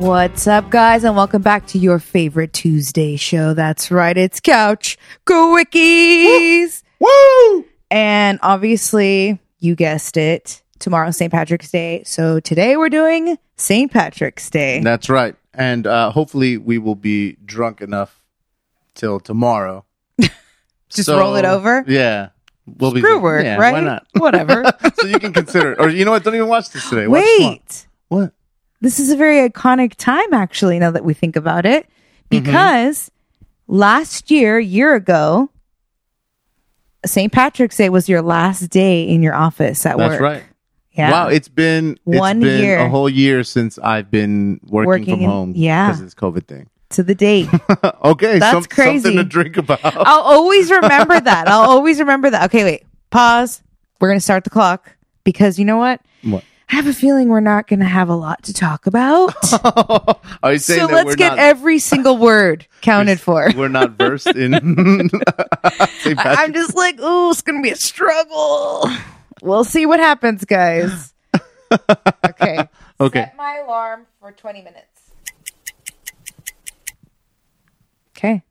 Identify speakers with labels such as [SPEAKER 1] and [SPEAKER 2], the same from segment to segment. [SPEAKER 1] What's up, guys, and welcome back to your favorite Tuesday show. That's right, it's Couch Quickies.
[SPEAKER 2] Woo!
[SPEAKER 1] And obviously, you guessed it, tomorrow's St. Patrick's Day. So today we're doing St. Patrick's Day.
[SPEAKER 2] That's right. And uh, hopefully we will be drunk enough till tomorrow.
[SPEAKER 1] Just roll it over?
[SPEAKER 2] Yeah. We'll be
[SPEAKER 1] Screw work,
[SPEAKER 2] yeah,
[SPEAKER 1] right?
[SPEAKER 2] Why not?
[SPEAKER 1] Whatever.
[SPEAKER 2] so you can consider it. Or you know what? Don't even watch this today. Watch tomorrow.
[SPEAKER 1] Wait.
[SPEAKER 2] What?
[SPEAKER 1] This is a very iconic time, actually, now that we think about it,
[SPEAKER 2] Mm-hmm.
[SPEAKER 1] because last year, year ago, St. Patrick's Day was your last day in your office at
[SPEAKER 2] That's
[SPEAKER 1] work.
[SPEAKER 2] right.
[SPEAKER 1] Yeah.
[SPEAKER 2] Wow, it's been it's
[SPEAKER 1] One
[SPEAKER 2] been
[SPEAKER 1] year.
[SPEAKER 2] a whole year since I've been working,
[SPEAKER 1] Working
[SPEAKER 2] from
[SPEAKER 1] in-
[SPEAKER 2] home
[SPEAKER 1] yeah.
[SPEAKER 2] because of this COVID thing.
[SPEAKER 1] to the date.
[SPEAKER 2] okay,
[SPEAKER 1] That's
[SPEAKER 2] some-
[SPEAKER 1] crazy.
[SPEAKER 2] something to drink about.
[SPEAKER 1] I'll always remember that. I'll always remember that. Okay, wait. Pause. We're going to start the clock because you know what?
[SPEAKER 2] What?
[SPEAKER 1] I have a feeling we're not going to have a lot to talk about. so
[SPEAKER 2] Are you saying that
[SPEAKER 1] let's
[SPEAKER 2] we're
[SPEAKER 1] get
[SPEAKER 2] not,
[SPEAKER 1] every single word counted for.
[SPEAKER 2] we're not versed in St. Patrick's
[SPEAKER 1] I'm just like, ooh, it's going to be a struggle. We'll see what happens, guys. okay.
[SPEAKER 2] Okay.
[SPEAKER 1] Set my alarm for 20 minutes. Okay.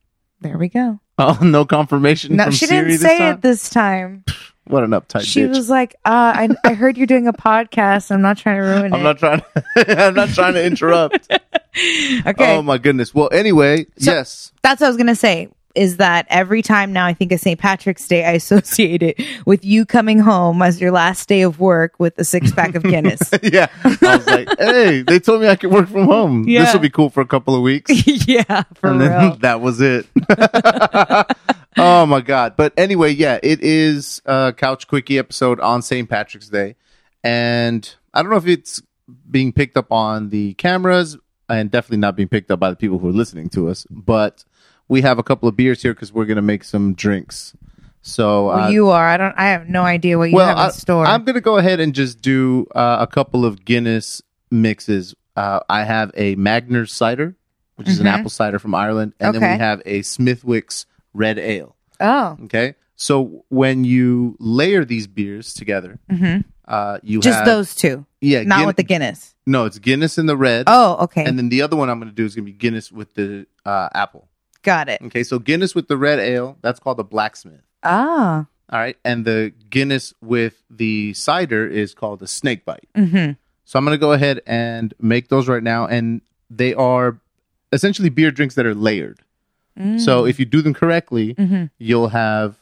[SPEAKER 1] There we go.
[SPEAKER 2] Oh, no confirmation.
[SPEAKER 1] No,
[SPEAKER 2] from
[SPEAKER 1] she
[SPEAKER 2] Siri
[SPEAKER 1] didn't
[SPEAKER 2] this
[SPEAKER 1] say
[SPEAKER 2] time?
[SPEAKER 1] it this time.
[SPEAKER 2] What an uptight
[SPEAKER 1] she
[SPEAKER 2] bitch.
[SPEAKER 1] was like, uh, I, I heard you're doing a podcast. I'm not trying to ruin
[SPEAKER 2] I'm
[SPEAKER 1] it.
[SPEAKER 2] not trying. I'm not trying to interrupt.
[SPEAKER 1] okay.
[SPEAKER 2] Oh my goodness. Well, anyway, yes,
[SPEAKER 1] That's what I was going to say is that every time now I think of St. Patrick's Day, I associate it with you coming home as your last day of work with a six pack of Guinness.
[SPEAKER 2] yeah. I was like, hey, they told me I could work from home.
[SPEAKER 1] Yeah.
[SPEAKER 2] This will be cool for a couple of weeks,
[SPEAKER 1] yeah, for
[SPEAKER 2] and
[SPEAKER 1] real.
[SPEAKER 2] then that was it. oh my god. But anyway, yeah, it is a couch quickie episode on St. Patrick's Day, and I don't know if it's being picked up on the cameras, and definitely not being picked up by the people who are listening to us, but. We have a couple of beers here because we're gonna make some drinks. So uh,
[SPEAKER 1] Well, you are. I don't. I have no idea what you have in
[SPEAKER 2] I,
[SPEAKER 1] store.
[SPEAKER 2] am going to go ahead and just do uh, a couple of Guinness mixes. Uh, I have a Magner's cider, which is an apple cider from Ireland, and then
[SPEAKER 1] Mm-hmm. Okay.
[SPEAKER 2] we have a Smithwick's red ale.
[SPEAKER 1] oh,
[SPEAKER 2] Okay, so when you layer these beers together,
[SPEAKER 1] Mhm.
[SPEAKER 2] uh, you
[SPEAKER 1] just
[SPEAKER 2] have-
[SPEAKER 1] those two,
[SPEAKER 2] yeah,
[SPEAKER 1] not
[SPEAKER 2] Guin-
[SPEAKER 1] with the Guinness.
[SPEAKER 2] no, it's Guinness in the red,
[SPEAKER 1] Oh, okay,
[SPEAKER 2] and then the other one I'm going to do is going to be Guinness with the uh, apple.
[SPEAKER 1] got it.
[SPEAKER 2] Okay, so Guinness with the red ale that's called the blacksmith.
[SPEAKER 1] Ah,
[SPEAKER 2] All right, and the Guinness with the cider is called a snake bite.
[SPEAKER 1] hmm
[SPEAKER 2] So I'm going to go ahead and make those right now. And they are essentially beer drinks that are layered. So if you do them correctly, you'll have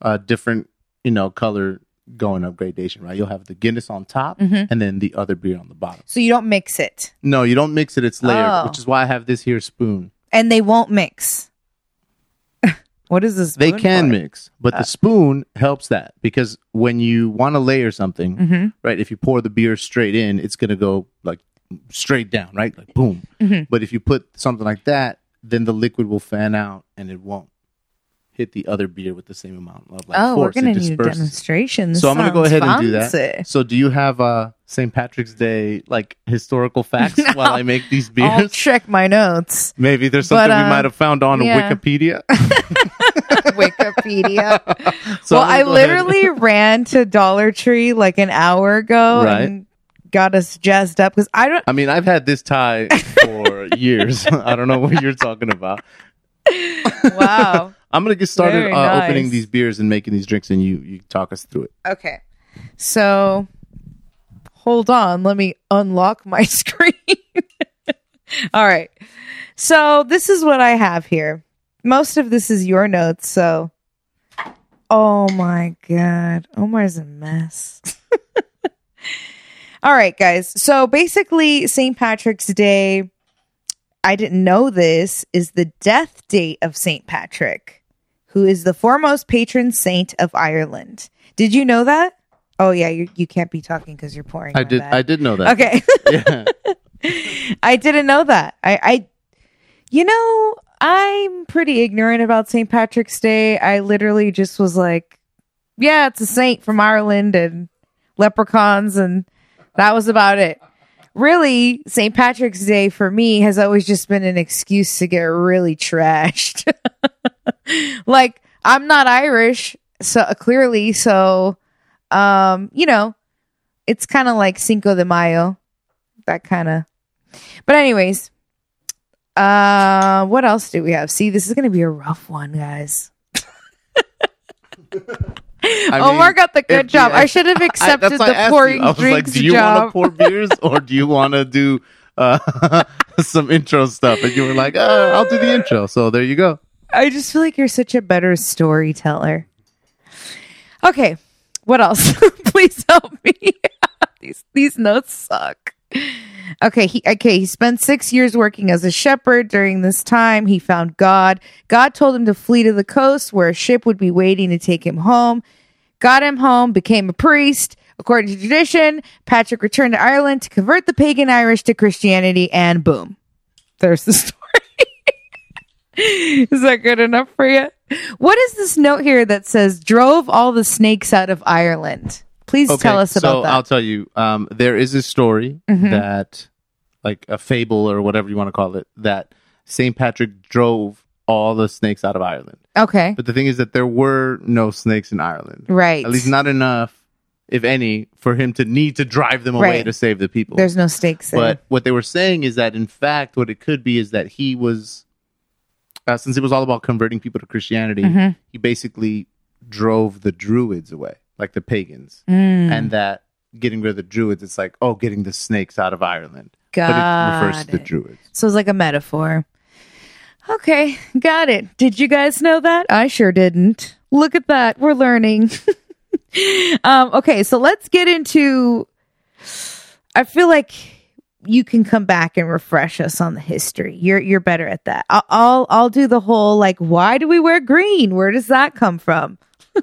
[SPEAKER 2] a different, you know, color going up gradation, right? You'll have the Guinness on top and then the other beer on the bottom.
[SPEAKER 1] so you don't mix it,
[SPEAKER 2] No, you don't mix it. It's layered,
[SPEAKER 1] Oh.
[SPEAKER 2] which is why I have this here spoon.
[SPEAKER 1] and they won't mix. what is this?
[SPEAKER 2] They
[SPEAKER 1] spoon Uh,
[SPEAKER 2] can
[SPEAKER 1] for?
[SPEAKER 2] mix, but the spoon helps that because when you want to layer something,
[SPEAKER 1] Mhm.
[SPEAKER 2] right? If you pour the beer straight in, it's going to go like straight down, right? Like boom.
[SPEAKER 1] Mm-hmm.
[SPEAKER 2] But if you put something like that, then the liquid will fan out and it won't hit the other beer with the same amount of like
[SPEAKER 1] oh, we're
[SPEAKER 2] force.
[SPEAKER 1] gonna need
[SPEAKER 2] it
[SPEAKER 1] a
[SPEAKER 2] disperses.
[SPEAKER 1] demonstration. This
[SPEAKER 2] So I'm going to go
[SPEAKER 1] sounds
[SPEAKER 2] ahead and do that.
[SPEAKER 1] fancy.
[SPEAKER 2] So do you have uh St. Patrick's Day like historical facts while I make these
[SPEAKER 1] I'll
[SPEAKER 2] beers?
[SPEAKER 1] check my notes.
[SPEAKER 2] Maybe there's
[SPEAKER 1] But,
[SPEAKER 2] something
[SPEAKER 1] uh,
[SPEAKER 2] we might have found on
[SPEAKER 1] yeah.
[SPEAKER 2] Wikipedia.
[SPEAKER 1] Wikipedia.
[SPEAKER 2] So
[SPEAKER 1] well, I
[SPEAKER 2] I'm gonna go ahead and-
[SPEAKER 1] literally ran to Dollar Tree like an hour ago
[SPEAKER 2] Right.
[SPEAKER 1] and got us jazzed up because I don't.
[SPEAKER 2] I mean, I've had this tie for years. I don't know what you're talking about.
[SPEAKER 1] Wow.
[SPEAKER 2] I'm gonna get
[SPEAKER 1] Very
[SPEAKER 2] started uh, opening
[SPEAKER 1] nice.
[SPEAKER 2] these beers and making these drinks, and you you talk us through it.
[SPEAKER 1] Okay. So hold on. Let me unlock my screen. All right. So this is what I have here. Most of this is your notes. So, oh my God. Omar's a mess. All right, guys. So basically, St. Patrick's Day, I didn't know this, is the death date of St. Patrick who is the foremost patron saint of Ireland. Did you know that? Oh yeah, you you can't be talking because you're pouring.
[SPEAKER 2] I
[SPEAKER 1] my
[SPEAKER 2] did
[SPEAKER 1] bad.
[SPEAKER 2] I did know that.
[SPEAKER 1] Okay,
[SPEAKER 2] Yeah.
[SPEAKER 1] I didn't know that. I, I, you know, I'm pretty ignorant about St. Patrick's Day. I literally just was like, yeah, it's a saint from Ireland and leprechauns, and that was about it. Really, St. Patrick's Day for me has always just been an excuse to get really trashed. like, I'm not Irish, so clearly, so, um, you know, it's kind of like Cinco de Mayo, that kind of But anyways, uh, what else do we have? See, this is gonna be a rough one, guys.
[SPEAKER 2] I
[SPEAKER 1] Omar
[SPEAKER 2] mean,
[SPEAKER 1] got the good
[SPEAKER 2] if-
[SPEAKER 1] job.
[SPEAKER 2] yeah,
[SPEAKER 1] I should have
[SPEAKER 2] I-
[SPEAKER 1] accepted
[SPEAKER 2] that's why I asked
[SPEAKER 1] the
[SPEAKER 2] you.
[SPEAKER 1] pouring
[SPEAKER 2] I was
[SPEAKER 1] drinks
[SPEAKER 2] like, do you want to
[SPEAKER 1] job.
[SPEAKER 2] pour beers or do you want to do uh, some intro stuff? And you were like, uh, I'll do the intro. So there you go.
[SPEAKER 1] I just feel like you're such a better storyteller. Okay, what else? Please help me. these these notes suck. Okay, he okay, he spent 6 years working as a shepherd. During this time, he found God. God told him to flee to the coast where a ship would be waiting to take him home. Got him home, became a priest. According to tradition, Patrick returned to Ireland to convert the pagan Irish to Christianity and boom. There's the story. Is that good enough for you? What is this note here that says drove all the snakes out of Ireland? Please tell us about
[SPEAKER 2] so
[SPEAKER 1] that.
[SPEAKER 2] I'll tell you. Um, there is a story
[SPEAKER 1] Mhm.
[SPEAKER 2] that, like a fable or whatever you want to call it, that St. Patrick drove all the snakes out of Ireland.
[SPEAKER 1] okay.
[SPEAKER 2] But the thing is that there were no snakes in Ireland.
[SPEAKER 1] Right.
[SPEAKER 2] At least not enough, if any, for him to need to drive them away
[SPEAKER 1] Right.
[SPEAKER 2] to save the people.
[SPEAKER 1] There's no stakes there.
[SPEAKER 2] But what they were saying is that, in fact, what it could be is that he was, uh, since it was all about converting people to Christianity,
[SPEAKER 1] Mhm.
[SPEAKER 2] he basically drove the Druids away, like the pagans,
[SPEAKER 1] Mm,
[SPEAKER 2] and that getting rid of the Druids, it's like, oh, getting the snakes out of Ireland,
[SPEAKER 1] got
[SPEAKER 2] but it refers to the
[SPEAKER 1] it.
[SPEAKER 2] Druids.
[SPEAKER 1] So it's like a metaphor. Okay, got it. Did you guys know that? I sure didn't. Look at that. We're learning. um, okay, so let's get into. I feel like you can come back and refresh us on the history. You're you're better at that. I'll I'll, I'll do the whole like why do we wear green? Where does that come from?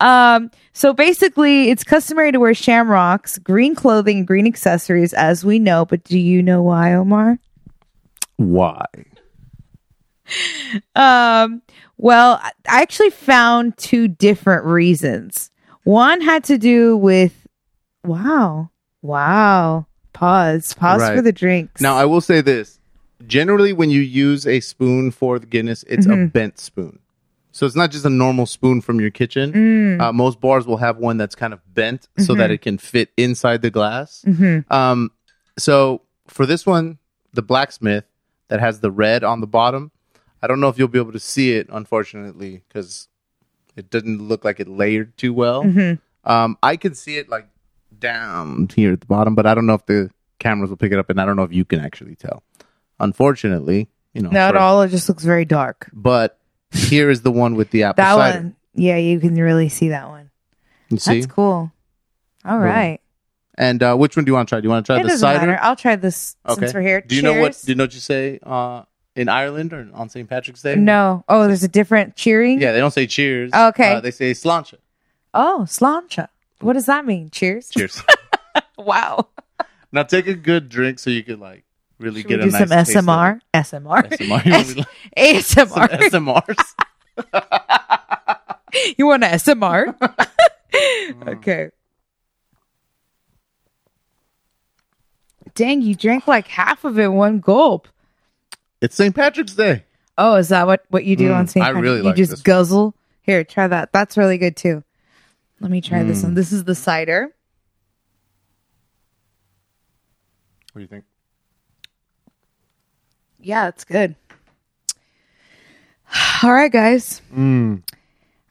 [SPEAKER 1] um, so basically, it's customary to wear shamrocks, green clothing, green accessories, as we know. But do you know why, Omar?
[SPEAKER 2] Why?
[SPEAKER 1] Um, well, I I actually found two different reasons. One had to do with wow, wow. Pause, pause
[SPEAKER 2] Right.
[SPEAKER 1] for the drinks.
[SPEAKER 2] Now, I will say this. Generally, when you use a spoon for the Guinness, it's a bent spoon. So it's not just a normal spoon from your kitchen. Uh, most bars will have one that's kind of bent so that it can fit inside the glass. Um, so for this one, the blacksmith that has the red on the bottom, I don't know if you'll be able to see it, unfortunately, because it doesn't look like it layered too well.
[SPEAKER 1] Mm-hmm.
[SPEAKER 2] Um, I can see it like down here at the bottom, but I don't know if the cameras will pick it up, and I don't know if you can actually tell. Unfortunately, you know.
[SPEAKER 1] no, at
[SPEAKER 2] for-
[SPEAKER 1] all. It just looks very dark.
[SPEAKER 2] But here is the one with the apple
[SPEAKER 1] That
[SPEAKER 2] cider.
[SPEAKER 1] one, yeah, you can really see that one.
[SPEAKER 2] You see,
[SPEAKER 1] That's cool. All
[SPEAKER 2] Really?
[SPEAKER 1] right,
[SPEAKER 2] and uh, which one do you want to try? Do you want to try
[SPEAKER 1] it
[SPEAKER 2] the
[SPEAKER 1] doesn't
[SPEAKER 2] cider?
[SPEAKER 1] matter. I'll try this since we're here.
[SPEAKER 2] Do you know what?
[SPEAKER 1] Cheers.
[SPEAKER 2] Do you know what you say uh, in Ireland or on St. Patrick's Day?
[SPEAKER 1] no. Oh, there's a different cheering.
[SPEAKER 2] Yeah, they don't say cheers.
[SPEAKER 1] Okay.
[SPEAKER 2] Uh, they say slancha.
[SPEAKER 1] Oh, slancha. What does that mean? Cheers.
[SPEAKER 2] Cheers.
[SPEAKER 1] Wow.
[SPEAKER 2] now take a good drink so you could like really
[SPEAKER 1] Should
[SPEAKER 2] get
[SPEAKER 1] we
[SPEAKER 2] a
[SPEAKER 1] do
[SPEAKER 2] nice
[SPEAKER 1] some
[SPEAKER 2] taste of it.
[SPEAKER 1] SMR? SMR.
[SPEAKER 2] SMR. You want me to- some
[SPEAKER 1] ASMR.
[SPEAKER 2] SMRs.
[SPEAKER 1] You want an SMR? okay. Dang, you drank like half of it in one gulp.
[SPEAKER 2] It's St. Patrick's Day.
[SPEAKER 1] Oh, is that what, what you do
[SPEAKER 2] Mm,
[SPEAKER 1] on St.
[SPEAKER 2] I
[SPEAKER 1] Patrick?
[SPEAKER 2] really
[SPEAKER 1] you
[SPEAKER 2] like
[SPEAKER 1] just
[SPEAKER 2] this one.
[SPEAKER 1] guzzle. Here, try that. That's really good too. Let me try
[SPEAKER 2] Mm.
[SPEAKER 1] this one. This is the cider.
[SPEAKER 2] What do you think?
[SPEAKER 1] Yeah, it's good. All right, guys.
[SPEAKER 2] Mm.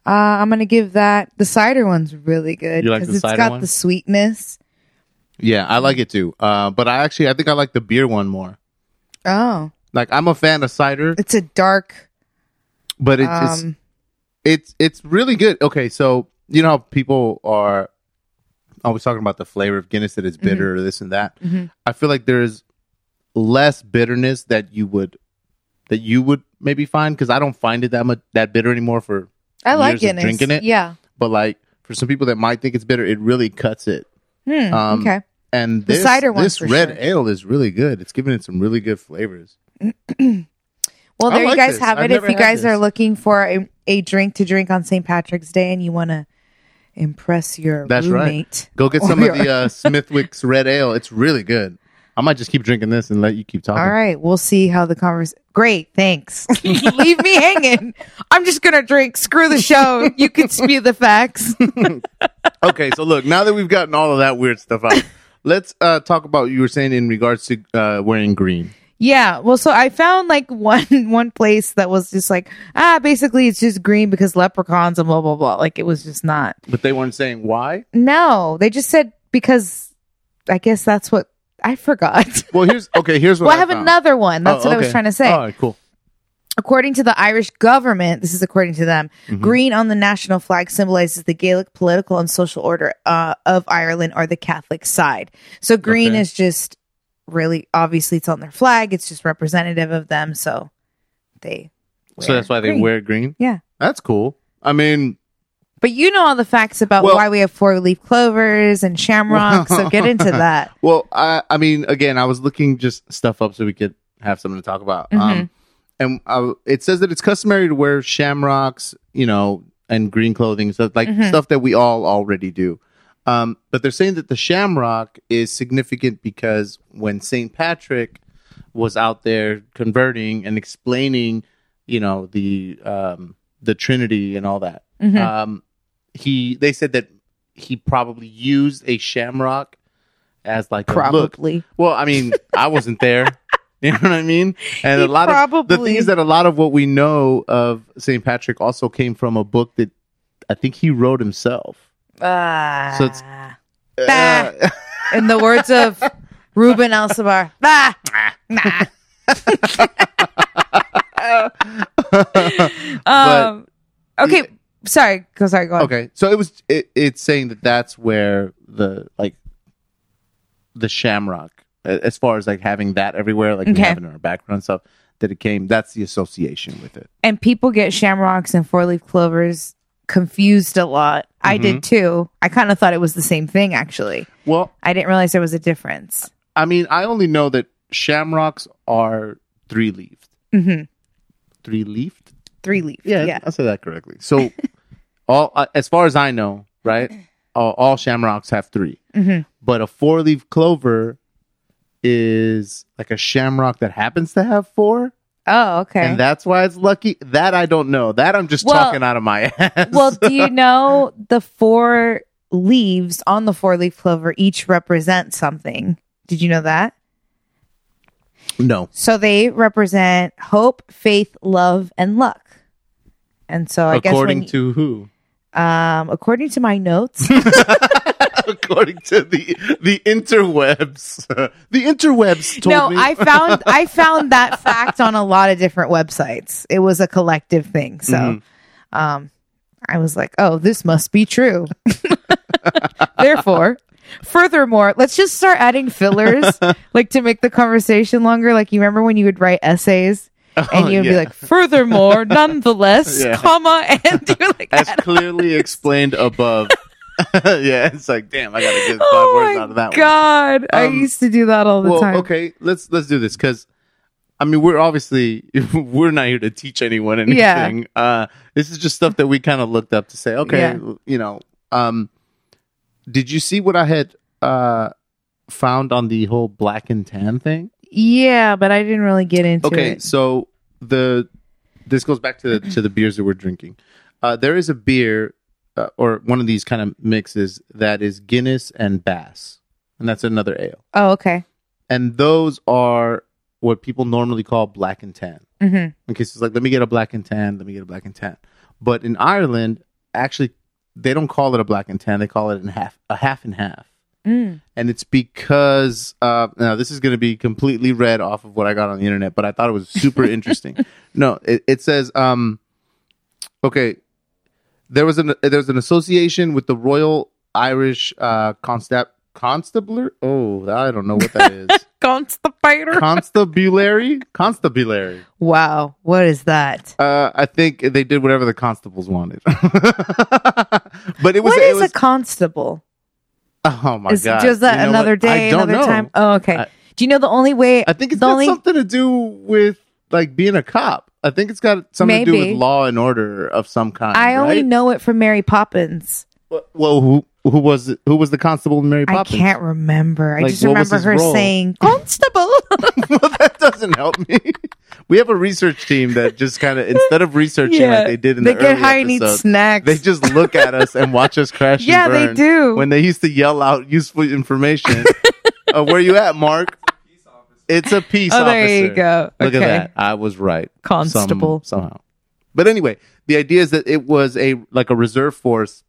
[SPEAKER 1] Uh, I'm gonna give that the cider one's really good
[SPEAKER 2] You like the
[SPEAKER 1] it's
[SPEAKER 2] cider
[SPEAKER 1] got
[SPEAKER 2] one?
[SPEAKER 1] the sweetness.
[SPEAKER 2] Yeah, I like it too. Uh, but I actually, I think I like the beer one more.
[SPEAKER 1] Oh,
[SPEAKER 2] Like I'm a fan of cider,
[SPEAKER 1] it's a dark.
[SPEAKER 2] but it's it's,
[SPEAKER 1] Um,
[SPEAKER 2] it's it's really good. Okay, so you know how people are always talking about the flavor of Guinness that it's
[SPEAKER 1] Mm-hmm.
[SPEAKER 2] bitter or this and that. I feel like there's less bitterness that you would that you would maybe find because I don't find it that much that bitter anymore for
[SPEAKER 1] I like
[SPEAKER 2] years of
[SPEAKER 1] Guinness.
[SPEAKER 2] drinking it.
[SPEAKER 1] Yeah.
[SPEAKER 2] but like for some people that might think it's bitter, it really cuts it.
[SPEAKER 1] Hmm,
[SPEAKER 2] Um,
[SPEAKER 1] okay.
[SPEAKER 2] And
[SPEAKER 1] The
[SPEAKER 2] this
[SPEAKER 1] cider one's
[SPEAKER 2] this
[SPEAKER 1] for
[SPEAKER 2] red
[SPEAKER 1] sure.
[SPEAKER 2] ale is really good. It's giving it some really good flavors.
[SPEAKER 1] Well,
[SPEAKER 2] I
[SPEAKER 1] there you
[SPEAKER 2] like
[SPEAKER 1] guys
[SPEAKER 2] this.
[SPEAKER 1] have
[SPEAKER 2] I've
[SPEAKER 1] it. If
[SPEAKER 2] never
[SPEAKER 1] you
[SPEAKER 2] had
[SPEAKER 1] guys
[SPEAKER 2] this.
[SPEAKER 1] are looking for a, a drink to drink on St. Patrick's Day and you want to impress your
[SPEAKER 2] That's right.
[SPEAKER 1] roommate,
[SPEAKER 2] Go get some
[SPEAKER 1] Or
[SPEAKER 2] of the uh, Smithwick's red ale. It's really good. I might just keep drinking this and let you keep talking.
[SPEAKER 1] all right, we'll see how the conversation. Great, thanks. Leave me hanging. I'm just gonna drink. Screw the show. You can spew the facts.
[SPEAKER 2] Okay, so look, now that we've gotten all of that weird stuff out, Let's uh, talk about what you were saying in regards to uh, wearing green.
[SPEAKER 1] Yeah, well, so I found like one one place that was just like ah, basically it's just green because leprechauns and blah blah blah. Like it was just not.
[SPEAKER 2] But they weren't saying why.
[SPEAKER 1] No, they just said because I guess that's what I forgot.
[SPEAKER 2] Well, here's okay. Here's what
[SPEAKER 1] well, I
[SPEAKER 2] I
[SPEAKER 1] have
[SPEAKER 2] found.
[SPEAKER 1] another one. That's
[SPEAKER 2] Oh,
[SPEAKER 1] what I was
[SPEAKER 2] okay.
[SPEAKER 1] trying to say.
[SPEAKER 2] All right, cool.
[SPEAKER 1] According to the Irish government, this is according to them,
[SPEAKER 2] Mhm.
[SPEAKER 1] green on the national flag symbolizes the Gaelic political and social order uh, of Ireland or the Catholic side. So green
[SPEAKER 2] Okay.
[SPEAKER 1] is just really obviously it's on their flag. It's just representative of them. So they.
[SPEAKER 2] So that's why they
[SPEAKER 1] green.
[SPEAKER 2] wear green.
[SPEAKER 1] Yeah.
[SPEAKER 2] that's cool. I mean,
[SPEAKER 1] But you know all the facts about
[SPEAKER 2] Well-
[SPEAKER 1] why we have four leaf clovers and shamrocks. so get into that.
[SPEAKER 2] Well, I I mean, again, I was looking just stuff up so we could have something to talk about. Um, and I, it says that it's customary to wear shamrocks, you know, and green clothing, so like
[SPEAKER 1] Mhm.
[SPEAKER 2] stuff that we all already do. Um, but they're saying that the shamrock is significant because when Saint Patrick was out there converting and explaining, you know, the um, the Trinity and all that,
[SPEAKER 1] Mhm.
[SPEAKER 2] um, he they said that he probably used a shamrock as like a look.
[SPEAKER 1] Probably.
[SPEAKER 2] Well, I mean, I wasn't there. You know what I mean? And
[SPEAKER 1] He
[SPEAKER 2] a lot
[SPEAKER 1] probably.
[SPEAKER 2] of the thing is that a lot of what we know of St. Patrick also came from a book that I think he wrote himself.
[SPEAKER 1] Ah.
[SPEAKER 2] So it's-
[SPEAKER 1] Bah.
[SPEAKER 2] Uh,
[SPEAKER 1] In the words of Ruben Elsebar, bah, nah. um, okay, sorry, go, sorry, go on.
[SPEAKER 2] okay, so it was it, it's saying that that's where the like the shamrock, a- as far as like having that everywhere, like we
[SPEAKER 1] Okay.
[SPEAKER 2] have it in our background and stuff, that it came. That's the association with it.
[SPEAKER 1] And people get shamrocks and four leaf clovers confused a lot. I did too. I kind of thought it was the same thing, actually.
[SPEAKER 2] Well,
[SPEAKER 1] I didn't realize there was a difference.
[SPEAKER 2] I mean, I only know that shamrocks are three leafed.
[SPEAKER 1] hmm
[SPEAKER 2] Three leafed?
[SPEAKER 1] Three leaf.
[SPEAKER 2] Yeah, I said that correctly. So, all uh, as far as I know, right? All, all shamrocks have 3
[SPEAKER 1] Mhm.
[SPEAKER 2] but a four leaf clover is like a shamrock that happens to have four,
[SPEAKER 1] Oh, okay.
[SPEAKER 2] and that's why it's lucky. That I don't know. That I'm just
[SPEAKER 1] Well-
[SPEAKER 2] talking out of my ass.
[SPEAKER 1] Well, do you know the four leaves on the four leaf clover each represent something? Did you know that?
[SPEAKER 2] no.
[SPEAKER 1] So they represent hope, faith, love, and luck. And so I
[SPEAKER 2] according
[SPEAKER 1] guess
[SPEAKER 2] to who?
[SPEAKER 1] to um according to my notes,
[SPEAKER 2] according to the the interwebs. the interwebs told
[SPEAKER 1] no,
[SPEAKER 2] me.
[SPEAKER 1] I found I found that fact on a lot of different websites. It was a collective thing. So
[SPEAKER 2] Mhm.
[SPEAKER 1] um I was like, "Oh, this must be true." Therefore, furthermore, let's just start adding fillers like to make the conversation longer. Like you remember when you would write essays and you'd be
[SPEAKER 2] Oh, yeah.
[SPEAKER 1] like, "Furthermore, nonetheless,
[SPEAKER 2] Yeah.
[SPEAKER 1] comma," and you like
[SPEAKER 2] as clearly explained above. yeah, it's like damn, I gotta get five
[SPEAKER 1] Oh
[SPEAKER 2] words
[SPEAKER 1] my
[SPEAKER 2] out of that one.
[SPEAKER 1] god! I
[SPEAKER 2] Um,
[SPEAKER 1] used to do that all the
[SPEAKER 2] well,
[SPEAKER 1] time.
[SPEAKER 2] okay, let's let's do this because I mean we're obviously we're not here to teach anyone
[SPEAKER 1] Yeah.
[SPEAKER 2] anything. Uh, this is just stuff that we kind of looked up to say, okay,
[SPEAKER 1] Yeah.
[SPEAKER 2] you know. Um, did you see what I had uh, found on the whole black and tan thing?
[SPEAKER 1] Yeah, but I didn't really get into
[SPEAKER 2] okay,
[SPEAKER 1] it.
[SPEAKER 2] so the this goes back to the, to the beers that we're drinking. Uh, there is a beer uh, or one of these kind of mixes that is Guinness and Bass, and that's another ale
[SPEAKER 1] Oh, okay.
[SPEAKER 2] and those are what people normally call black and tan.
[SPEAKER 1] hmm
[SPEAKER 2] Okay, so it's like let me get a black and tan, let me get a black and tan. But in Ireland, actually, they don't call it a black and tan; they call it in half, a half and half.
[SPEAKER 1] Mm.
[SPEAKER 2] And it's because uh, now this is going to be completely read off of what I got on the internet, but I thought it was super interesting. No, it, it says, um, okay, there was an there was an association with the Royal Irish uh, Constab- Constabler. Oh, I don't know what that is.
[SPEAKER 1] Constipator.
[SPEAKER 2] constabulary constabulary
[SPEAKER 1] Wow, what is that?
[SPEAKER 2] uh i think they did whatever the constables wanted but it was
[SPEAKER 1] what
[SPEAKER 2] it
[SPEAKER 1] is a
[SPEAKER 2] was
[SPEAKER 1] constable?
[SPEAKER 2] oh my
[SPEAKER 1] Is
[SPEAKER 2] god
[SPEAKER 1] just that
[SPEAKER 2] You know
[SPEAKER 1] another
[SPEAKER 2] what?
[SPEAKER 1] day,
[SPEAKER 2] I don't
[SPEAKER 1] another
[SPEAKER 2] know.
[SPEAKER 1] time? Oh, okay.
[SPEAKER 2] I-
[SPEAKER 1] Do you know the only way?
[SPEAKER 2] i think it's
[SPEAKER 1] the
[SPEAKER 2] got
[SPEAKER 1] only-
[SPEAKER 2] something to do with like being a cop i think it's got something to do
[SPEAKER 1] Maybe.
[SPEAKER 2] with law and order of some kind
[SPEAKER 1] I only
[SPEAKER 2] right?
[SPEAKER 1] know it from Mary Poppins.
[SPEAKER 2] well who who was it, who was the constable in Mary
[SPEAKER 1] I
[SPEAKER 2] Poppins?
[SPEAKER 1] can't remember. I
[SPEAKER 2] Like,
[SPEAKER 1] just
[SPEAKER 2] what was
[SPEAKER 1] remember
[SPEAKER 2] his
[SPEAKER 1] her
[SPEAKER 2] role?
[SPEAKER 1] saying constable.
[SPEAKER 2] well, that doesn't help me. We have a research team that just kind of instead of researching like they did in
[SPEAKER 1] they
[SPEAKER 2] the
[SPEAKER 1] get
[SPEAKER 2] early
[SPEAKER 1] high and eat
[SPEAKER 2] episodes,
[SPEAKER 1] snacks.
[SPEAKER 2] they just look at us and watch us crash.
[SPEAKER 1] yeah,
[SPEAKER 2] and
[SPEAKER 1] they
[SPEAKER 2] burn.
[SPEAKER 1] do.
[SPEAKER 2] When they used to yell out useful information, uh, where you at, Mark? It's a peace
[SPEAKER 1] oh,
[SPEAKER 2] officer.
[SPEAKER 1] there you go.
[SPEAKER 2] Look
[SPEAKER 1] okay.
[SPEAKER 2] at that. I was right. Some-
[SPEAKER 1] Constable.
[SPEAKER 2] somehow. But anyway, the idea is that it was a like a reserve force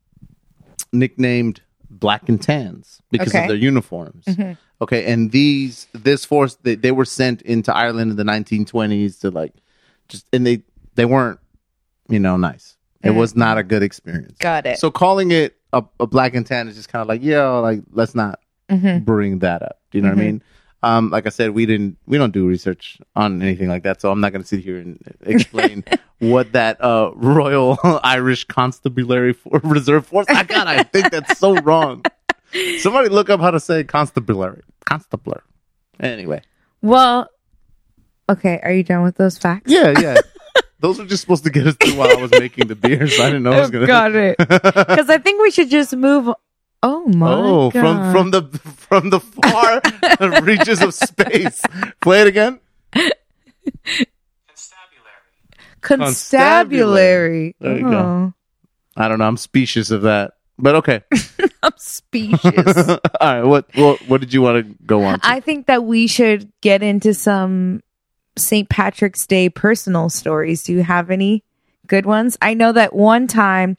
[SPEAKER 2] nicknamed Black and Tans because
[SPEAKER 1] Okay. Mm-hmm.
[SPEAKER 2] of their uniforms. Okay, and these this force they, they were sent into Ireland in the 1920s to like just and they they weren't you know nice. It was not a good experience.
[SPEAKER 1] Mm. Got it.
[SPEAKER 2] So calling it a, a black and tan is just kind of like, yo, like let's not
[SPEAKER 1] Mhm.
[SPEAKER 2] bring that up. Do you know
[SPEAKER 1] Mm-hmm.
[SPEAKER 2] what I mean? Um, like I said, we didn't, we don't do research on anything like that, so I'm not going to sit here and explain what that uh, Royal Irish Constabulary for Reserve Force. I God, I think that's so wrong. Somebody look up how to say constabulary, constabler. Anyway,
[SPEAKER 1] well, okay. Are you done with those facts?
[SPEAKER 2] yeah, yeah. Those were just supposed to get us through while I was making the beer, so I didn't know I was going to.
[SPEAKER 1] Got it. Because I think we should just move. Oh my
[SPEAKER 2] Oh,
[SPEAKER 1] god!
[SPEAKER 2] from from the from the far reaches of space. Play it again.
[SPEAKER 3] Constabulary.
[SPEAKER 1] constabulary.
[SPEAKER 2] There you go. I don't know. I'm specious of that, but okay.
[SPEAKER 1] Oh, I'm specious.
[SPEAKER 2] All right. What what what did you want to go on? to?
[SPEAKER 1] I think that we should get into some St. Patrick's Day personal stories. Do you have any good ones? I know that one time,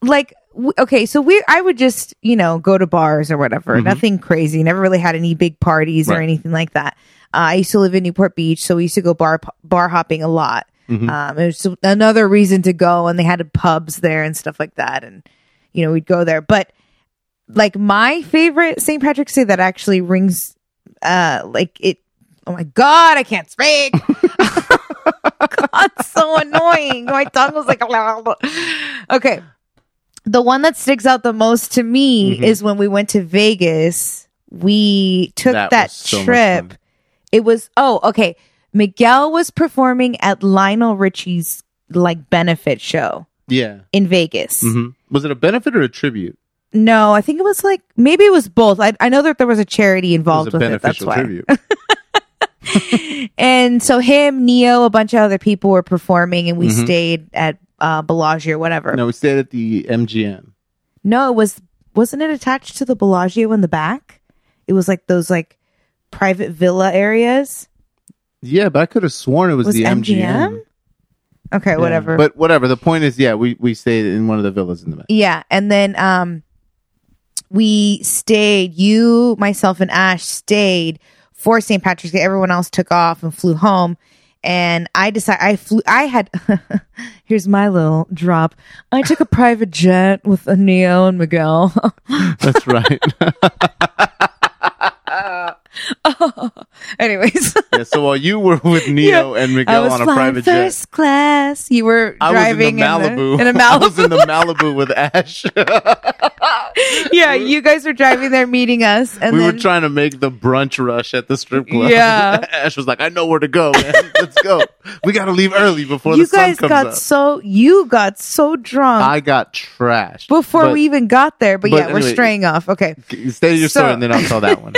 [SPEAKER 1] like, w- okay, so we, I would just, you know, go to bars or whatever,
[SPEAKER 2] Mhm.
[SPEAKER 1] nothing crazy, never really had any big parties or
[SPEAKER 2] Right.
[SPEAKER 1] anything like that. Uh, I used to live in Newport Beach, so we used to go bar, bar hopping a lot.
[SPEAKER 2] Mhm.
[SPEAKER 1] Um, it was another reason to go, and they had pubs there and stuff like that. And, you know, we'd go there. But like my favorite St. Patrick's Day that actually rings, uh, like it. Oh my god, I can't speak. god, so annoying. My tongue was like, okay. The one that sticks out the most to me
[SPEAKER 2] Mhm.
[SPEAKER 1] is when we went to Vegas. We took that,
[SPEAKER 2] That was so much
[SPEAKER 1] trip.
[SPEAKER 2] fun.
[SPEAKER 1] It was oh okay. Miguel was performing at Lionel Richie's like benefit show
[SPEAKER 2] yeah.
[SPEAKER 1] in Vegas.
[SPEAKER 2] hmm Was it a benefit or a tribute?
[SPEAKER 1] No, I think it was like maybe it was both. I, I know that there was a charity
[SPEAKER 2] It was
[SPEAKER 1] involved
[SPEAKER 2] a
[SPEAKER 1] with it. That's
[SPEAKER 2] beneficial
[SPEAKER 1] why.
[SPEAKER 2] tribute.
[SPEAKER 1] And so him, Neo, a bunch of other people were performing, and we
[SPEAKER 2] Mhm.
[SPEAKER 1] stayed at uh, Bellagio, whatever. No.
[SPEAKER 2] no, we stayed at the MGM.
[SPEAKER 1] it was wasn't it attached to the Bellagio in the back? It was like those like private villa areas.
[SPEAKER 2] Yeah, but I could have sworn it was,
[SPEAKER 1] Was
[SPEAKER 2] the MGM.
[SPEAKER 1] MGM? Okay,
[SPEAKER 2] Yeah.
[SPEAKER 1] whatever.
[SPEAKER 2] But whatever. The point is, yeah, we we stayed in one of the villas in the back.
[SPEAKER 1] Yeah, and then um we stayed you, myself and Ash stayed for St. Patrick's Day. Everyone else took off and flew home and I decided I flew I had here's my little drop. I took a private jet with a Neo and Miguel.
[SPEAKER 2] That's right.
[SPEAKER 1] Anyways,
[SPEAKER 2] yeah, so while you were with Neo and
[SPEAKER 1] I
[SPEAKER 2] Miguel
[SPEAKER 1] was
[SPEAKER 2] on a
[SPEAKER 1] flying
[SPEAKER 2] private jet,
[SPEAKER 1] first class. You were
[SPEAKER 2] I was in the
[SPEAKER 1] driving
[SPEAKER 2] Malibu.
[SPEAKER 1] in, the, in a
[SPEAKER 2] I
[SPEAKER 1] Malibu.
[SPEAKER 2] was in the Malibu with Ash.
[SPEAKER 1] yeah, you guys were driving there meeting us and
[SPEAKER 2] we
[SPEAKER 1] then
[SPEAKER 2] were trying to make the brunch rush at the strip club.
[SPEAKER 1] Yeah.
[SPEAKER 2] Ash was like, I know where to go, man. Let's go. We got to leave early before
[SPEAKER 1] you
[SPEAKER 2] the sun
[SPEAKER 1] guys
[SPEAKER 2] comes
[SPEAKER 1] got
[SPEAKER 2] up.
[SPEAKER 1] so you got so drunk.
[SPEAKER 2] I got trashed.
[SPEAKER 1] before
[SPEAKER 2] But
[SPEAKER 1] we even got there. But,
[SPEAKER 2] but
[SPEAKER 1] yeah, we're
[SPEAKER 2] anyway-
[SPEAKER 1] straying off. Okay.
[SPEAKER 2] g- Stay to your
[SPEAKER 1] So-
[SPEAKER 2] story and then I'll tell that one.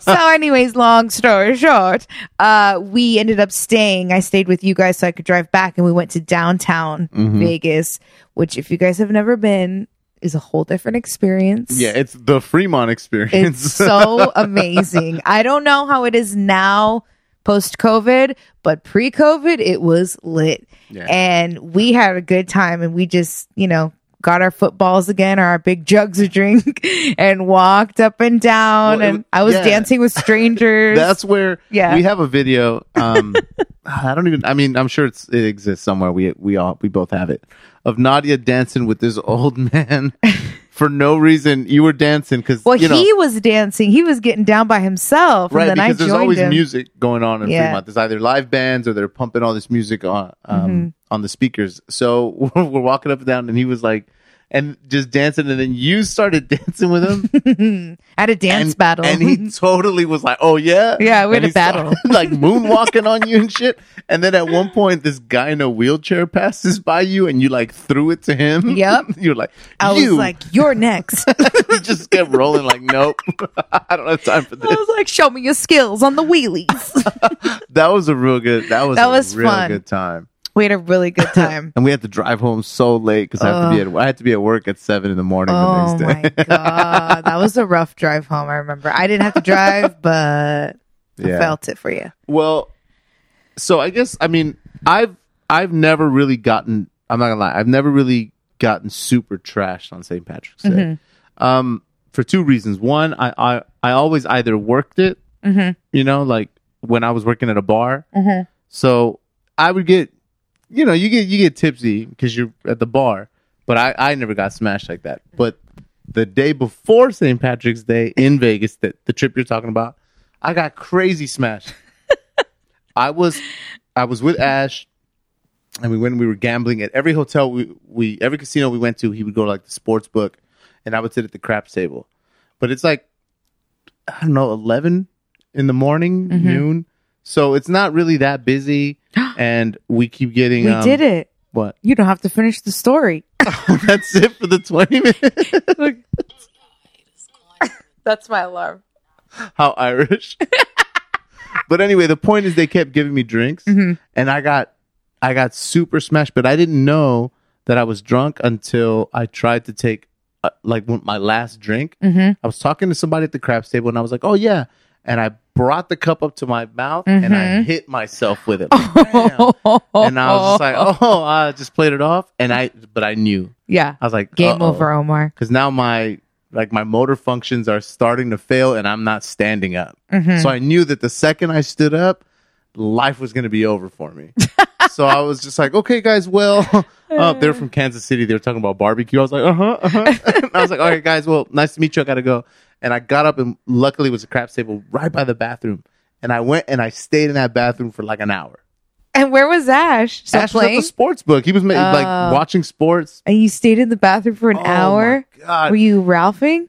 [SPEAKER 1] so, anyways, long story short, uh, we ended up staying. I stayed with you guys so I could drive back, and we went to downtown
[SPEAKER 2] Mhm.
[SPEAKER 1] Vegas, which, if you guys have never been, is a whole different experience.
[SPEAKER 2] yeah, it's the Fremont experience.
[SPEAKER 1] It's so amazing. I don't know how it is now post COVID, but pre COVID, it was lit.
[SPEAKER 2] Yeah.
[SPEAKER 1] And we had a good time and we just, you know, got our footballs again or our big jugs of drink and walked up and down.
[SPEAKER 2] Well, it
[SPEAKER 1] and
[SPEAKER 2] was-
[SPEAKER 1] I was
[SPEAKER 2] yeah.
[SPEAKER 1] dancing with strangers.
[SPEAKER 2] That's where
[SPEAKER 1] Yeah.
[SPEAKER 2] we have a video. Um, I don't even. I mean, I'm sure it's it exists somewhere. We we all we both have it of Nadia dancing with this old man for no reason. You were dancing because
[SPEAKER 1] well,
[SPEAKER 2] you know,
[SPEAKER 1] he was dancing. He was getting down by himself.
[SPEAKER 2] right
[SPEAKER 1] and then I
[SPEAKER 2] because there's
[SPEAKER 1] joined
[SPEAKER 2] always
[SPEAKER 1] him.
[SPEAKER 2] music going on in
[SPEAKER 1] Yeah.
[SPEAKER 2] Fremont. There's either live bands or they're
[SPEAKER 1] Mm-hmm.
[SPEAKER 2] pumping all this music on um, on the speakers. So we're, we're walking up and down, and he was like and just dancing, and then you started dancing with him.
[SPEAKER 1] At a dance
[SPEAKER 2] and,
[SPEAKER 1] battle.
[SPEAKER 2] and he totally was like, "Oh yeah,
[SPEAKER 1] Yeah, we had
[SPEAKER 2] And
[SPEAKER 1] a
[SPEAKER 2] he started,
[SPEAKER 1] battle.
[SPEAKER 2] like moonwalking on you and shit." And then at one point, this guy in a wheelchair passes by you, and you like threw it to him.
[SPEAKER 1] Yep.
[SPEAKER 2] you're like,
[SPEAKER 1] I was
[SPEAKER 2] "You."
[SPEAKER 1] like, you're next. I
[SPEAKER 2] he just kept rolling. Like, nope, I don't have time for this.
[SPEAKER 1] was like, show me your skills on the wheelies.
[SPEAKER 2] That was a real good. That was
[SPEAKER 1] That
[SPEAKER 2] a
[SPEAKER 1] was
[SPEAKER 2] real
[SPEAKER 1] fun.
[SPEAKER 2] good time.
[SPEAKER 1] we had a really good time.
[SPEAKER 2] And we had to drive home so late because I have to be at I had to be at work at seven in the morning
[SPEAKER 1] Oh
[SPEAKER 2] the next
[SPEAKER 1] my
[SPEAKER 2] day.
[SPEAKER 1] god, that was a rough drive home. I remember. I didn't have to drive, but I felt it for you.
[SPEAKER 2] Well, so I guess I mean I've I've never really gotten I'm not gonna lie I've never really gotten super trashed on St. Patrick's Day, um, for two reasons. One, I I I always either worked it,
[SPEAKER 1] Mhm.
[SPEAKER 2] you know, like when I was working at a bar,
[SPEAKER 1] Mhm.
[SPEAKER 2] so I would get, you know, you get you get tipsy because you're at the bar, but I I never got smashed like that. But the day before St. Patrick's Day in Vegas, that the trip you're talking about, I got crazy smashed. I was I was with Ash and we went and we were gambling at every hotel we, we every casino we went to, he would go to like the sports book and I would sit at the craps table. But it's like I don't know, eleven in the morning,
[SPEAKER 1] Mm-hmm.
[SPEAKER 2] noon. So it's not really that busy and we keep getting
[SPEAKER 1] We
[SPEAKER 2] um,
[SPEAKER 1] did it.
[SPEAKER 2] What?
[SPEAKER 1] You don't have to finish the story.
[SPEAKER 2] That's it for the twenty minutes.
[SPEAKER 1] That's my alarm.
[SPEAKER 2] How Irish. but anyway, the point is they kept giving me drinks and I got I got super smashed, but I didn't know that I was drunk until I tried to take uh, like when my last drink. I was talking to somebody at the craps table and I was like, "Oh yeah." And I brought the cup up to my mouth and I hit myself with it. Like, bam. and I was just like, "Oh, I just played it off." And I but I knew.
[SPEAKER 1] yeah,
[SPEAKER 2] I was like,
[SPEAKER 1] game
[SPEAKER 2] "Uh-oh."
[SPEAKER 1] over, Omar.
[SPEAKER 2] because now my like my motor functions are starting to fail and i'm not standing up
[SPEAKER 1] Mm-hmm.
[SPEAKER 2] so i knew that the second i stood up life was going to be over for me so i was just like okay guys well uh, they're from kansas city they were talking about barbecue i was like uh-huh uh-huh i was like all right guys well nice to meet you i gotta go and i got up and luckily it was a craps table right by the bathroom and i went and i stayed in that bathroom for like an hour
[SPEAKER 1] And where was Ash? Still
[SPEAKER 2] Ash was at
[SPEAKER 1] playing?
[SPEAKER 2] the sports book he was ma-
[SPEAKER 1] Oh.
[SPEAKER 2] like watching sports
[SPEAKER 1] and you stayed in the bathroom for an
[SPEAKER 2] Oh my
[SPEAKER 1] hour.
[SPEAKER 2] God.
[SPEAKER 1] Were you Ralphing?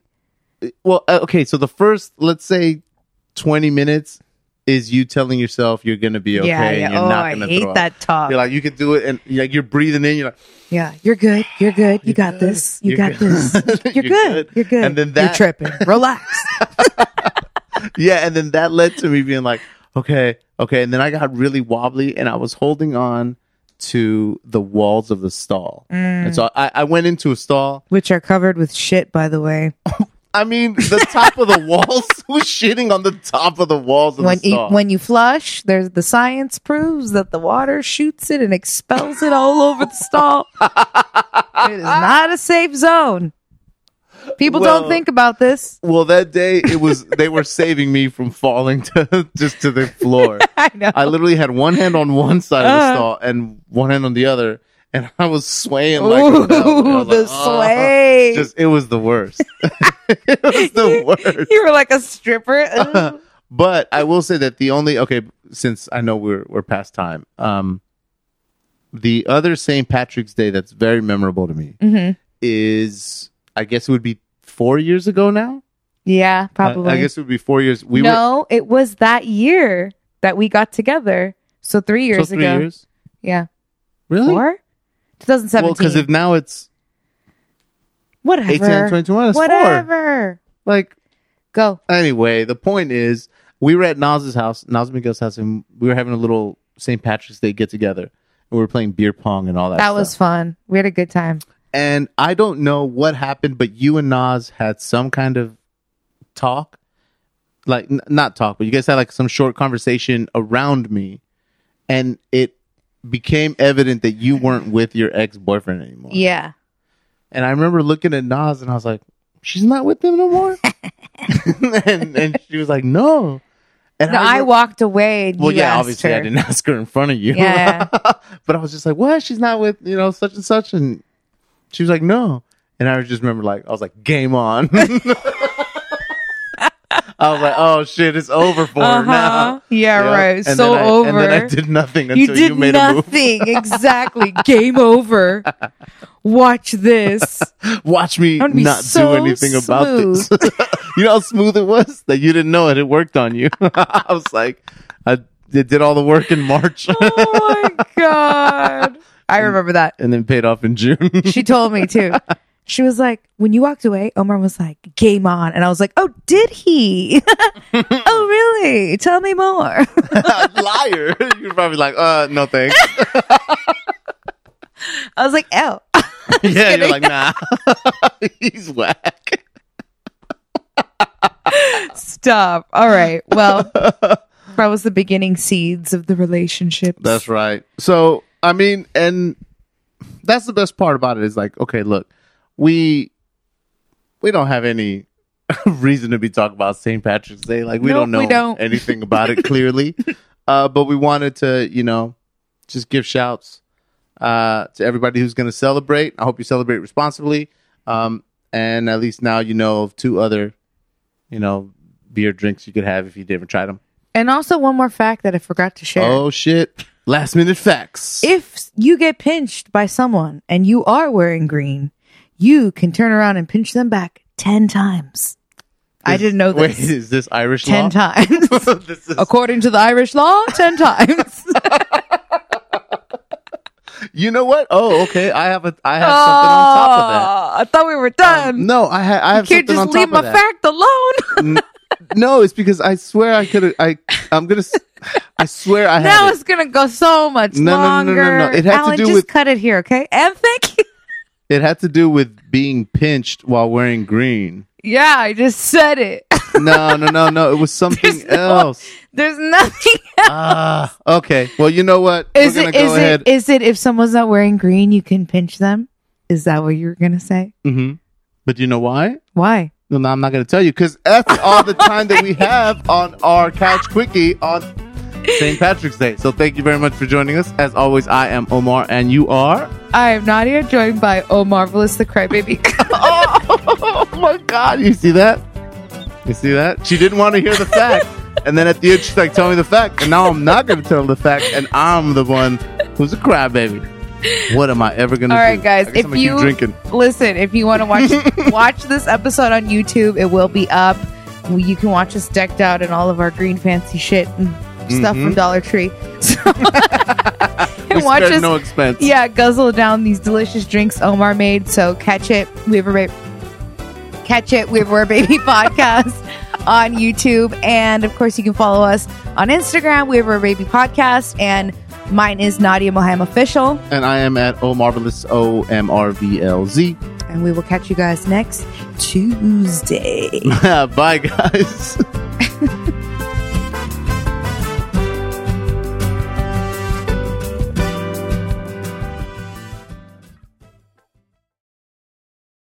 [SPEAKER 2] well uh, okay so the first let's say 20 minutes is you telling yourself you're gonna be okay and you're
[SPEAKER 1] Oh,
[SPEAKER 2] not
[SPEAKER 1] I
[SPEAKER 2] gonna
[SPEAKER 1] hate
[SPEAKER 2] throw up.
[SPEAKER 1] that talk.
[SPEAKER 2] you're like you can do it and you're like you're breathing in you're like
[SPEAKER 1] yeah, you're good. You're good. You, got this. You
[SPEAKER 2] You're
[SPEAKER 1] got
[SPEAKER 2] good.
[SPEAKER 1] this. You're,
[SPEAKER 2] You're
[SPEAKER 1] good.
[SPEAKER 2] good.
[SPEAKER 1] You're good.
[SPEAKER 2] And then that-
[SPEAKER 1] you're tripping. Relax.
[SPEAKER 2] yeah and then that led to me being like okay okay and then i got really wobbly and i was holding on to the walls of the stall
[SPEAKER 1] Mm.
[SPEAKER 2] and so I, I went into a stall
[SPEAKER 1] Which are covered with shit, by the way.
[SPEAKER 2] i mean the top of the walls was shitting on the top of the walls of
[SPEAKER 1] when
[SPEAKER 2] the
[SPEAKER 1] you,
[SPEAKER 2] stall
[SPEAKER 1] when you flush, there's the science proves that the water shoots it and expels it all over the stall. it is not a safe zone. People don't
[SPEAKER 2] Well-
[SPEAKER 1] think about this.
[SPEAKER 2] well that day it was they were saving me from falling to just to the floor
[SPEAKER 1] I know.
[SPEAKER 2] I literally had one hand on one side of
[SPEAKER 1] Uh.
[SPEAKER 2] the stall and one hand on the other, and I was swaying like a
[SPEAKER 1] Ooh,
[SPEAKER 2] bell. I was
[SPEAKER 1] the
[SPEAKER 2] like, "Oh."
[SPEAKER 1] sleigh.
[SPEAKER 2] Just it was the worst. it was the worst.
[SPEAKER 1] you were like a stripper. Ooh.
[SPEAKER 2] But I will say that the only okay, since I know we're we're past time. Um, the other St. Patrick's Day that's very memorable to me
[SPEAKER 1] Mm-hmm.
[SPEAKER 2] is I guess it would be four years ago now.
[SPEAKER 1] yeah,
[SPEAKER 2] I-
[SPEAKER 1] probably.
[SPEAKER 2] I, guess it would be four years. We were
[SPEAKER 1] no, it was that year that we got together. So three
[SPEAKER 2] so
[SPEAKER 1] years
[SPEAKER 2] three
[SPEAKER 1] ago.
[SPEAKER 2] years.
[SPEAKER 1] Yeah.
[SPEAKER 2] Really?
[SPEAKER 1] Four? 2017.
[SPEAKER 2] Well, because if now it's
[SPEAKER 1] Whatever.
[SPEAKER 2] 18 and 21, it's four.
[SPEAKER 1] Whatever.
[SPEAKER 2] Like,
[SPEAKER 1] Go.
[SPEAKER 2] anyway, the point is, we were at Nas's house, Nas Miguel's house, and we were having a little St. Patrick's Day get together, and we were playing beer pong and all that.
[SPEAKER 1] That
[SPEAKER 2] stuff.
[SPEAKER 1] was fun. We had a good time.
[SPEAKER 2] and I don't know what happened, but you and Nas had some kind of talk, like n- not talk, but you guys had like some short conversation around me, and it became evident that you weren't with your ex boyfriend anymore.
[SPEAKER 1] Yeah.
[SPEAKER 2] And I remember looking at Nas and I was like, she's not with them no more? and, and she was like, no. And
[SPEAKER 1] No, I,
[SPEAKER 2] remember-
[SPEAKER 1] walked away. And
[SPEAKER 2] Well,
[SPEAKER 1] you
[SPEAKER 2] yeah,
[SPEAKER 1] asked
[SPEAKER 2] obviously
[SPEAKER 1] her.
[SPEAKER 2] I didn't ask her in front of you.
[SPEAKER 1] Yeah.
[SPEAKER 2] but I was just like, what? She's not with, you know, such and such. And she was like, no. And I just remember, like, I was like, game on. I was like, oh shit, it's over for her now.
[SPEAKER 1] Yeah,
[SPEAKER 2] Yep.
[SPEAKER 1] Uh-huh. right.
[SPEAKER 2] And
[SPEAKER 1] so
[SPEAKER 2] then I-
[SPEAKER 1] over.
[SPEAKER 2] And then I did nothing
[SPEAKER 1] you
[SPEAKER 2] until you,
[SPEAKER 1] did
[SPEAKER 2] made
[SPEAKER 1] nothing. exactly. Game over. Watch this.
[SPEAKER 2] a move. Watch me
[SPEAKER 1] That would be
[SPEAKER 2] not
[SPEAKER 1] so
[SPEAKER 2] do anything about this. you know how smooth it was that you didn't know it. It worked on you. I was like, I it did all the work in March
[SPEAKER 1] Oh my god. I remember that.
[SPEAKER 2] and then paid off in June.
[SPEAKER 1] She told me too. She was like, when you walked away, Omar was like, game on. And I was like, oh, did he? oh, really? Tell me more.
[SPEAKER 2] Liar! You're probably like, uh, no thanks.
[SPEAKER 1] I was like, oh.
[SPEAKER 2] yeah, you're like, nah. He's whack.
[SPEAKER 1] Stop. All right. Well, that was the beginning seeds of the relationship.
[SPEAKER 2] That's right. So I mean, and that's the best part about it is like, okay, look, we we don't have any reason to be talking about St. Patrick's Day. Like we
[SPEAKER 1] Nope,
[SPEAKER 2] don't know
[SPEAKER 1] we don't.
[SPEAKER 2] anything about it clearly. Uh, but we wanted to, you know, just give shouts uh, to everybody who's going to celebrate. I hope you celebrate responsibly. Um, and at least now you know of two other, you know, beer drinks you could have if you didn't try them.
[SPEAKER 1] And also, one more fact that I forgot to share.
[SPEAKER 2] Oh shit! Last minute facts.
[SPEAKER 1] If you get pinched by someone and you are wearing green, you can turn around and pinch them back 10 times. I
[SPEAKER 2] Is-
[SPEAKER 1] didn't know this.
[SPEAKER 2] Wait, is this Irish
[SPEAKER 1] 10
[SPEAKER 2] law?
[SPEAKER 1] times.
[SPEAKER 2] This is-
[SPEAKER 1] According to the Irish law, 10 times.
[SPEAKER 2] you know what? Oh, okay. I have a I have something on top
[SPEAKER 1] Oh, I thought we were
[SPEAKER 2] of that.
[SPEAKER 1] done.
[SPEAKER 2] No, I ha- I have
[SPEAKER 1] Oh. Can't
[SPEAKER 2] something on
[SPEAKER 1] just
[SPEAKER 2] top
[SPEAKER 1] leave
[SPEAKER 2] of
[SPEAKER 1] my
[SPEAKER 2] that.
[SPEAKER 1] fact alone.
[SPEAKER 2] No, it's because I swear I could I I'm gonna s- I swear I
[SPEAKER 1] now
[SPEAKER 2] have
[SPEAKER 1] it's going to go so much
[SPEAKER 2] No, no, no,
[SPEAKER 1] longer.
[SPEAKER 2] no, no, no. It has to
[SPEAKER 1] Alan,
[SPEAKER 2] do
[SPEAKER 1] just
[SPEAKER 2] with-
[SPEAKER 1] cut it here, okay? And thank you.
[SPEAKER 2] it. It had to do with being pinched while wearing green.
[SPEAKER 1] Yeah, I just said it.
[SPEAKER 2] No, no, no, no. It was something
[SPEAKER 1] There's no-
[SPEAKER 2] else.
[SPEAKER 1] There's nothing
[SPEAKER 2] Ah, okay. Well, you know what?
[SPEAKER 1] Is
[SPEAKER 2] We're
[SPEAKER 1] it
[SPEAKER 2] gonna go
[SPEAKER 1] is
[SPEAKER 2] ahead.
[SPEAKER 1] it is it if someone's not wearing green, you can pinch them? Is that what you were gonna say?
[SPEAKER 2] hmm But you know why?
[SPEAKER 1] Why?
[SPEAKER 2] No, no, I'm not going to tell you because that's all the time that we have on our Couch Quickie on St. Patrick's Day. So thank you very much for joining us. As always, I am Omar and you are.
[SPEAKER 1] I am Nadia, joined by Oh Marvelous the Crybaby.
[SPEAKER 2] Oh, my God. You see that? You see that? She didn't want to hear the fact. And then at the end, she's like, tell me the fact. And now I'm not going to tell the fact. And I'm the one who's a crybaby. What am I ever going to
[SPEAKER 1] All
[SPEAKER 2] do?
[SPEAKER 1] right, guys,
[SPEAKER 2] I guess
[SPEAKER 1] if
[SPEAKER 2] I'm gonna
[SPEAKER 1] you-
[SPEAKER 2] keep drinking.
[SPEAKER 1] Listen, if you want to watch watch this episode on YouTube, it will be up. You can watch us decked out in all of our green fancy shit and stuff from Dollar Tree. So you
[SPEAKER 2] Mm-hmm. We
[SPEAKER 1] can watch
[SPEAKER 2] spared
[SPEAKER 1] us
[SPEAKER 2] no expense.
[SPEAKER 1] yeah, guzzle down these delicious drinks Omar made. So catch it, we were baby, catch it, we were baby podcast on YouTube, and of course you can follow us on Instagram, we were baby podcast, and mine is Nadia Moham official,
[SPEAKER 2] And I am at O Marvelous, O M R V L Z.
[SPEAKER 1] and we will catch you guys next Tuesday.
[SPEAKER 2] Bye, guys.